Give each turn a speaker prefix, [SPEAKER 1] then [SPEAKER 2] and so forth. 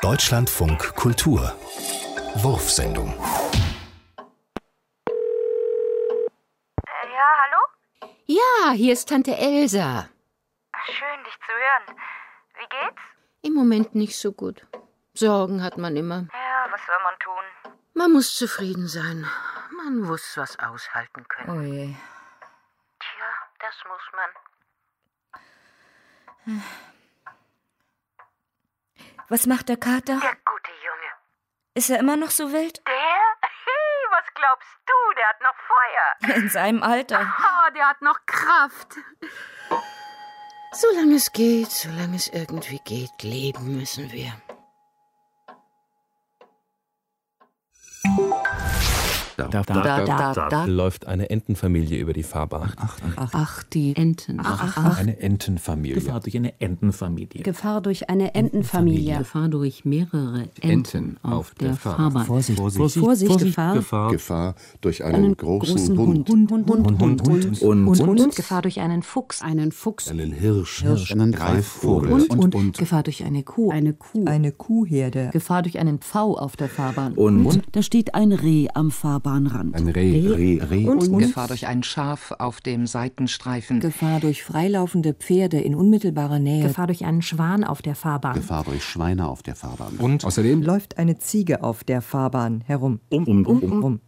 [SPEAKER 1] Deutschlandfunk Kultur. Wurfsendung.
[SPEAKER 2] Äh, Ja, hallo?
[SPEAKER 3] Ja, hier ist Tante Elsa.
[SPEAKER 2] Ach, Schön, dich zu hören. Wie geht's?
[SPEAKER 3] Im Moment nicht so gut. Sorgen hat man immer.
[SPEAKER 2] Ja, was soll man tun?
[SPEAKER 3] Man muss zufrieden sein. Man muss was aushalten können.
[SPEAKER 4] Oje.
[SPEAKER 2] Tja,
[SPEAKER 3] Das muss man.
[SPEAKER 4] Was macht der Kater?
[SPEAKER 2] der gute Junge.
[SPEAKER 4] Ist er immer noch so wild?
[SPEAKER 2] Der? Hey, was glaubst du? Der hat noch Feuer.
[SPEAKER 4] In seinem Alter.
[SPEAKER 2] Oh, der hat noch Kraft.
[SPEAKER 3] Solange es geht, solange es irgendwie geht, leben müssen wir.
[SPEAKER 5] Da, da, da, da, läuft eine Entenfamilie über die Fahrbahn.
[SPEAKER 6] Ach, die
[SPEAKER 7] Enten.
[SPEAKER 8] Eine Entenfamilie.
[SPEAKER 9] Gefahr durch eine Entenfamilie.
[SPEAKER 6] Gefahr durch eine Entenfamilie.
[SPEAKER 7] Gefahr durch mehrere Enten,
[SPEAKER 8] Enten
[SPEAKER 7] auf, der, Fahrbahn.
[SPEAKER 6] Vorsicht, Vorsicht, Gefahr.
[SPEAKER 10] Gefahr durch einen, großen, Hund,
[SPEAKER 6] Hund, Hund, Hund, Hund, Hund,
[SPEAKER 5] Und,
[SPEAKER 7] Gefahr durch einen Fuchs.
[SPEAKER 6] einen Fuchs,
[SPEAKER 10] einen Hirsch,
[SPEAKER 8] einen Greifvogel
[SPEAKER 10] Greifvogel
[SPEAKER 7] Und, Gefahr durch eine Kuh.
[SPEAKER 6] eine Kuh,
[SPEAKER 4] Eine Kuhherde.
[SPEAKER 7] Gefahr durch einen Pfau auf der Fahrbahn.
[SPEAKER 5] und, und,
[SPEAKER 6] da steht ein Reh am Fahrbahnrand.
[SPEAKER 8] ein Reh, Reh, Reh und,
[SPEAKER 7] Gefahr durch ein Schaf auf dem Seitenstreifen.
[SPEAKER 4] Gefahr durch freilaufende Pferde in unmittelbarer Nähe.
[SPEAKER 6] Gefahr durch einen Schwan auf der Fahrbahn.
[SPEAKER 10] Gefahr durch Schweine auf der Fahrbahn.
[SPEAKER 8] Außerdem
[SPEAKER 4] Läuft eine Ziege auf der Fahrbahn herum.
[SPEAKER 9] Um, um, um.
[SPEAKER 4] Um.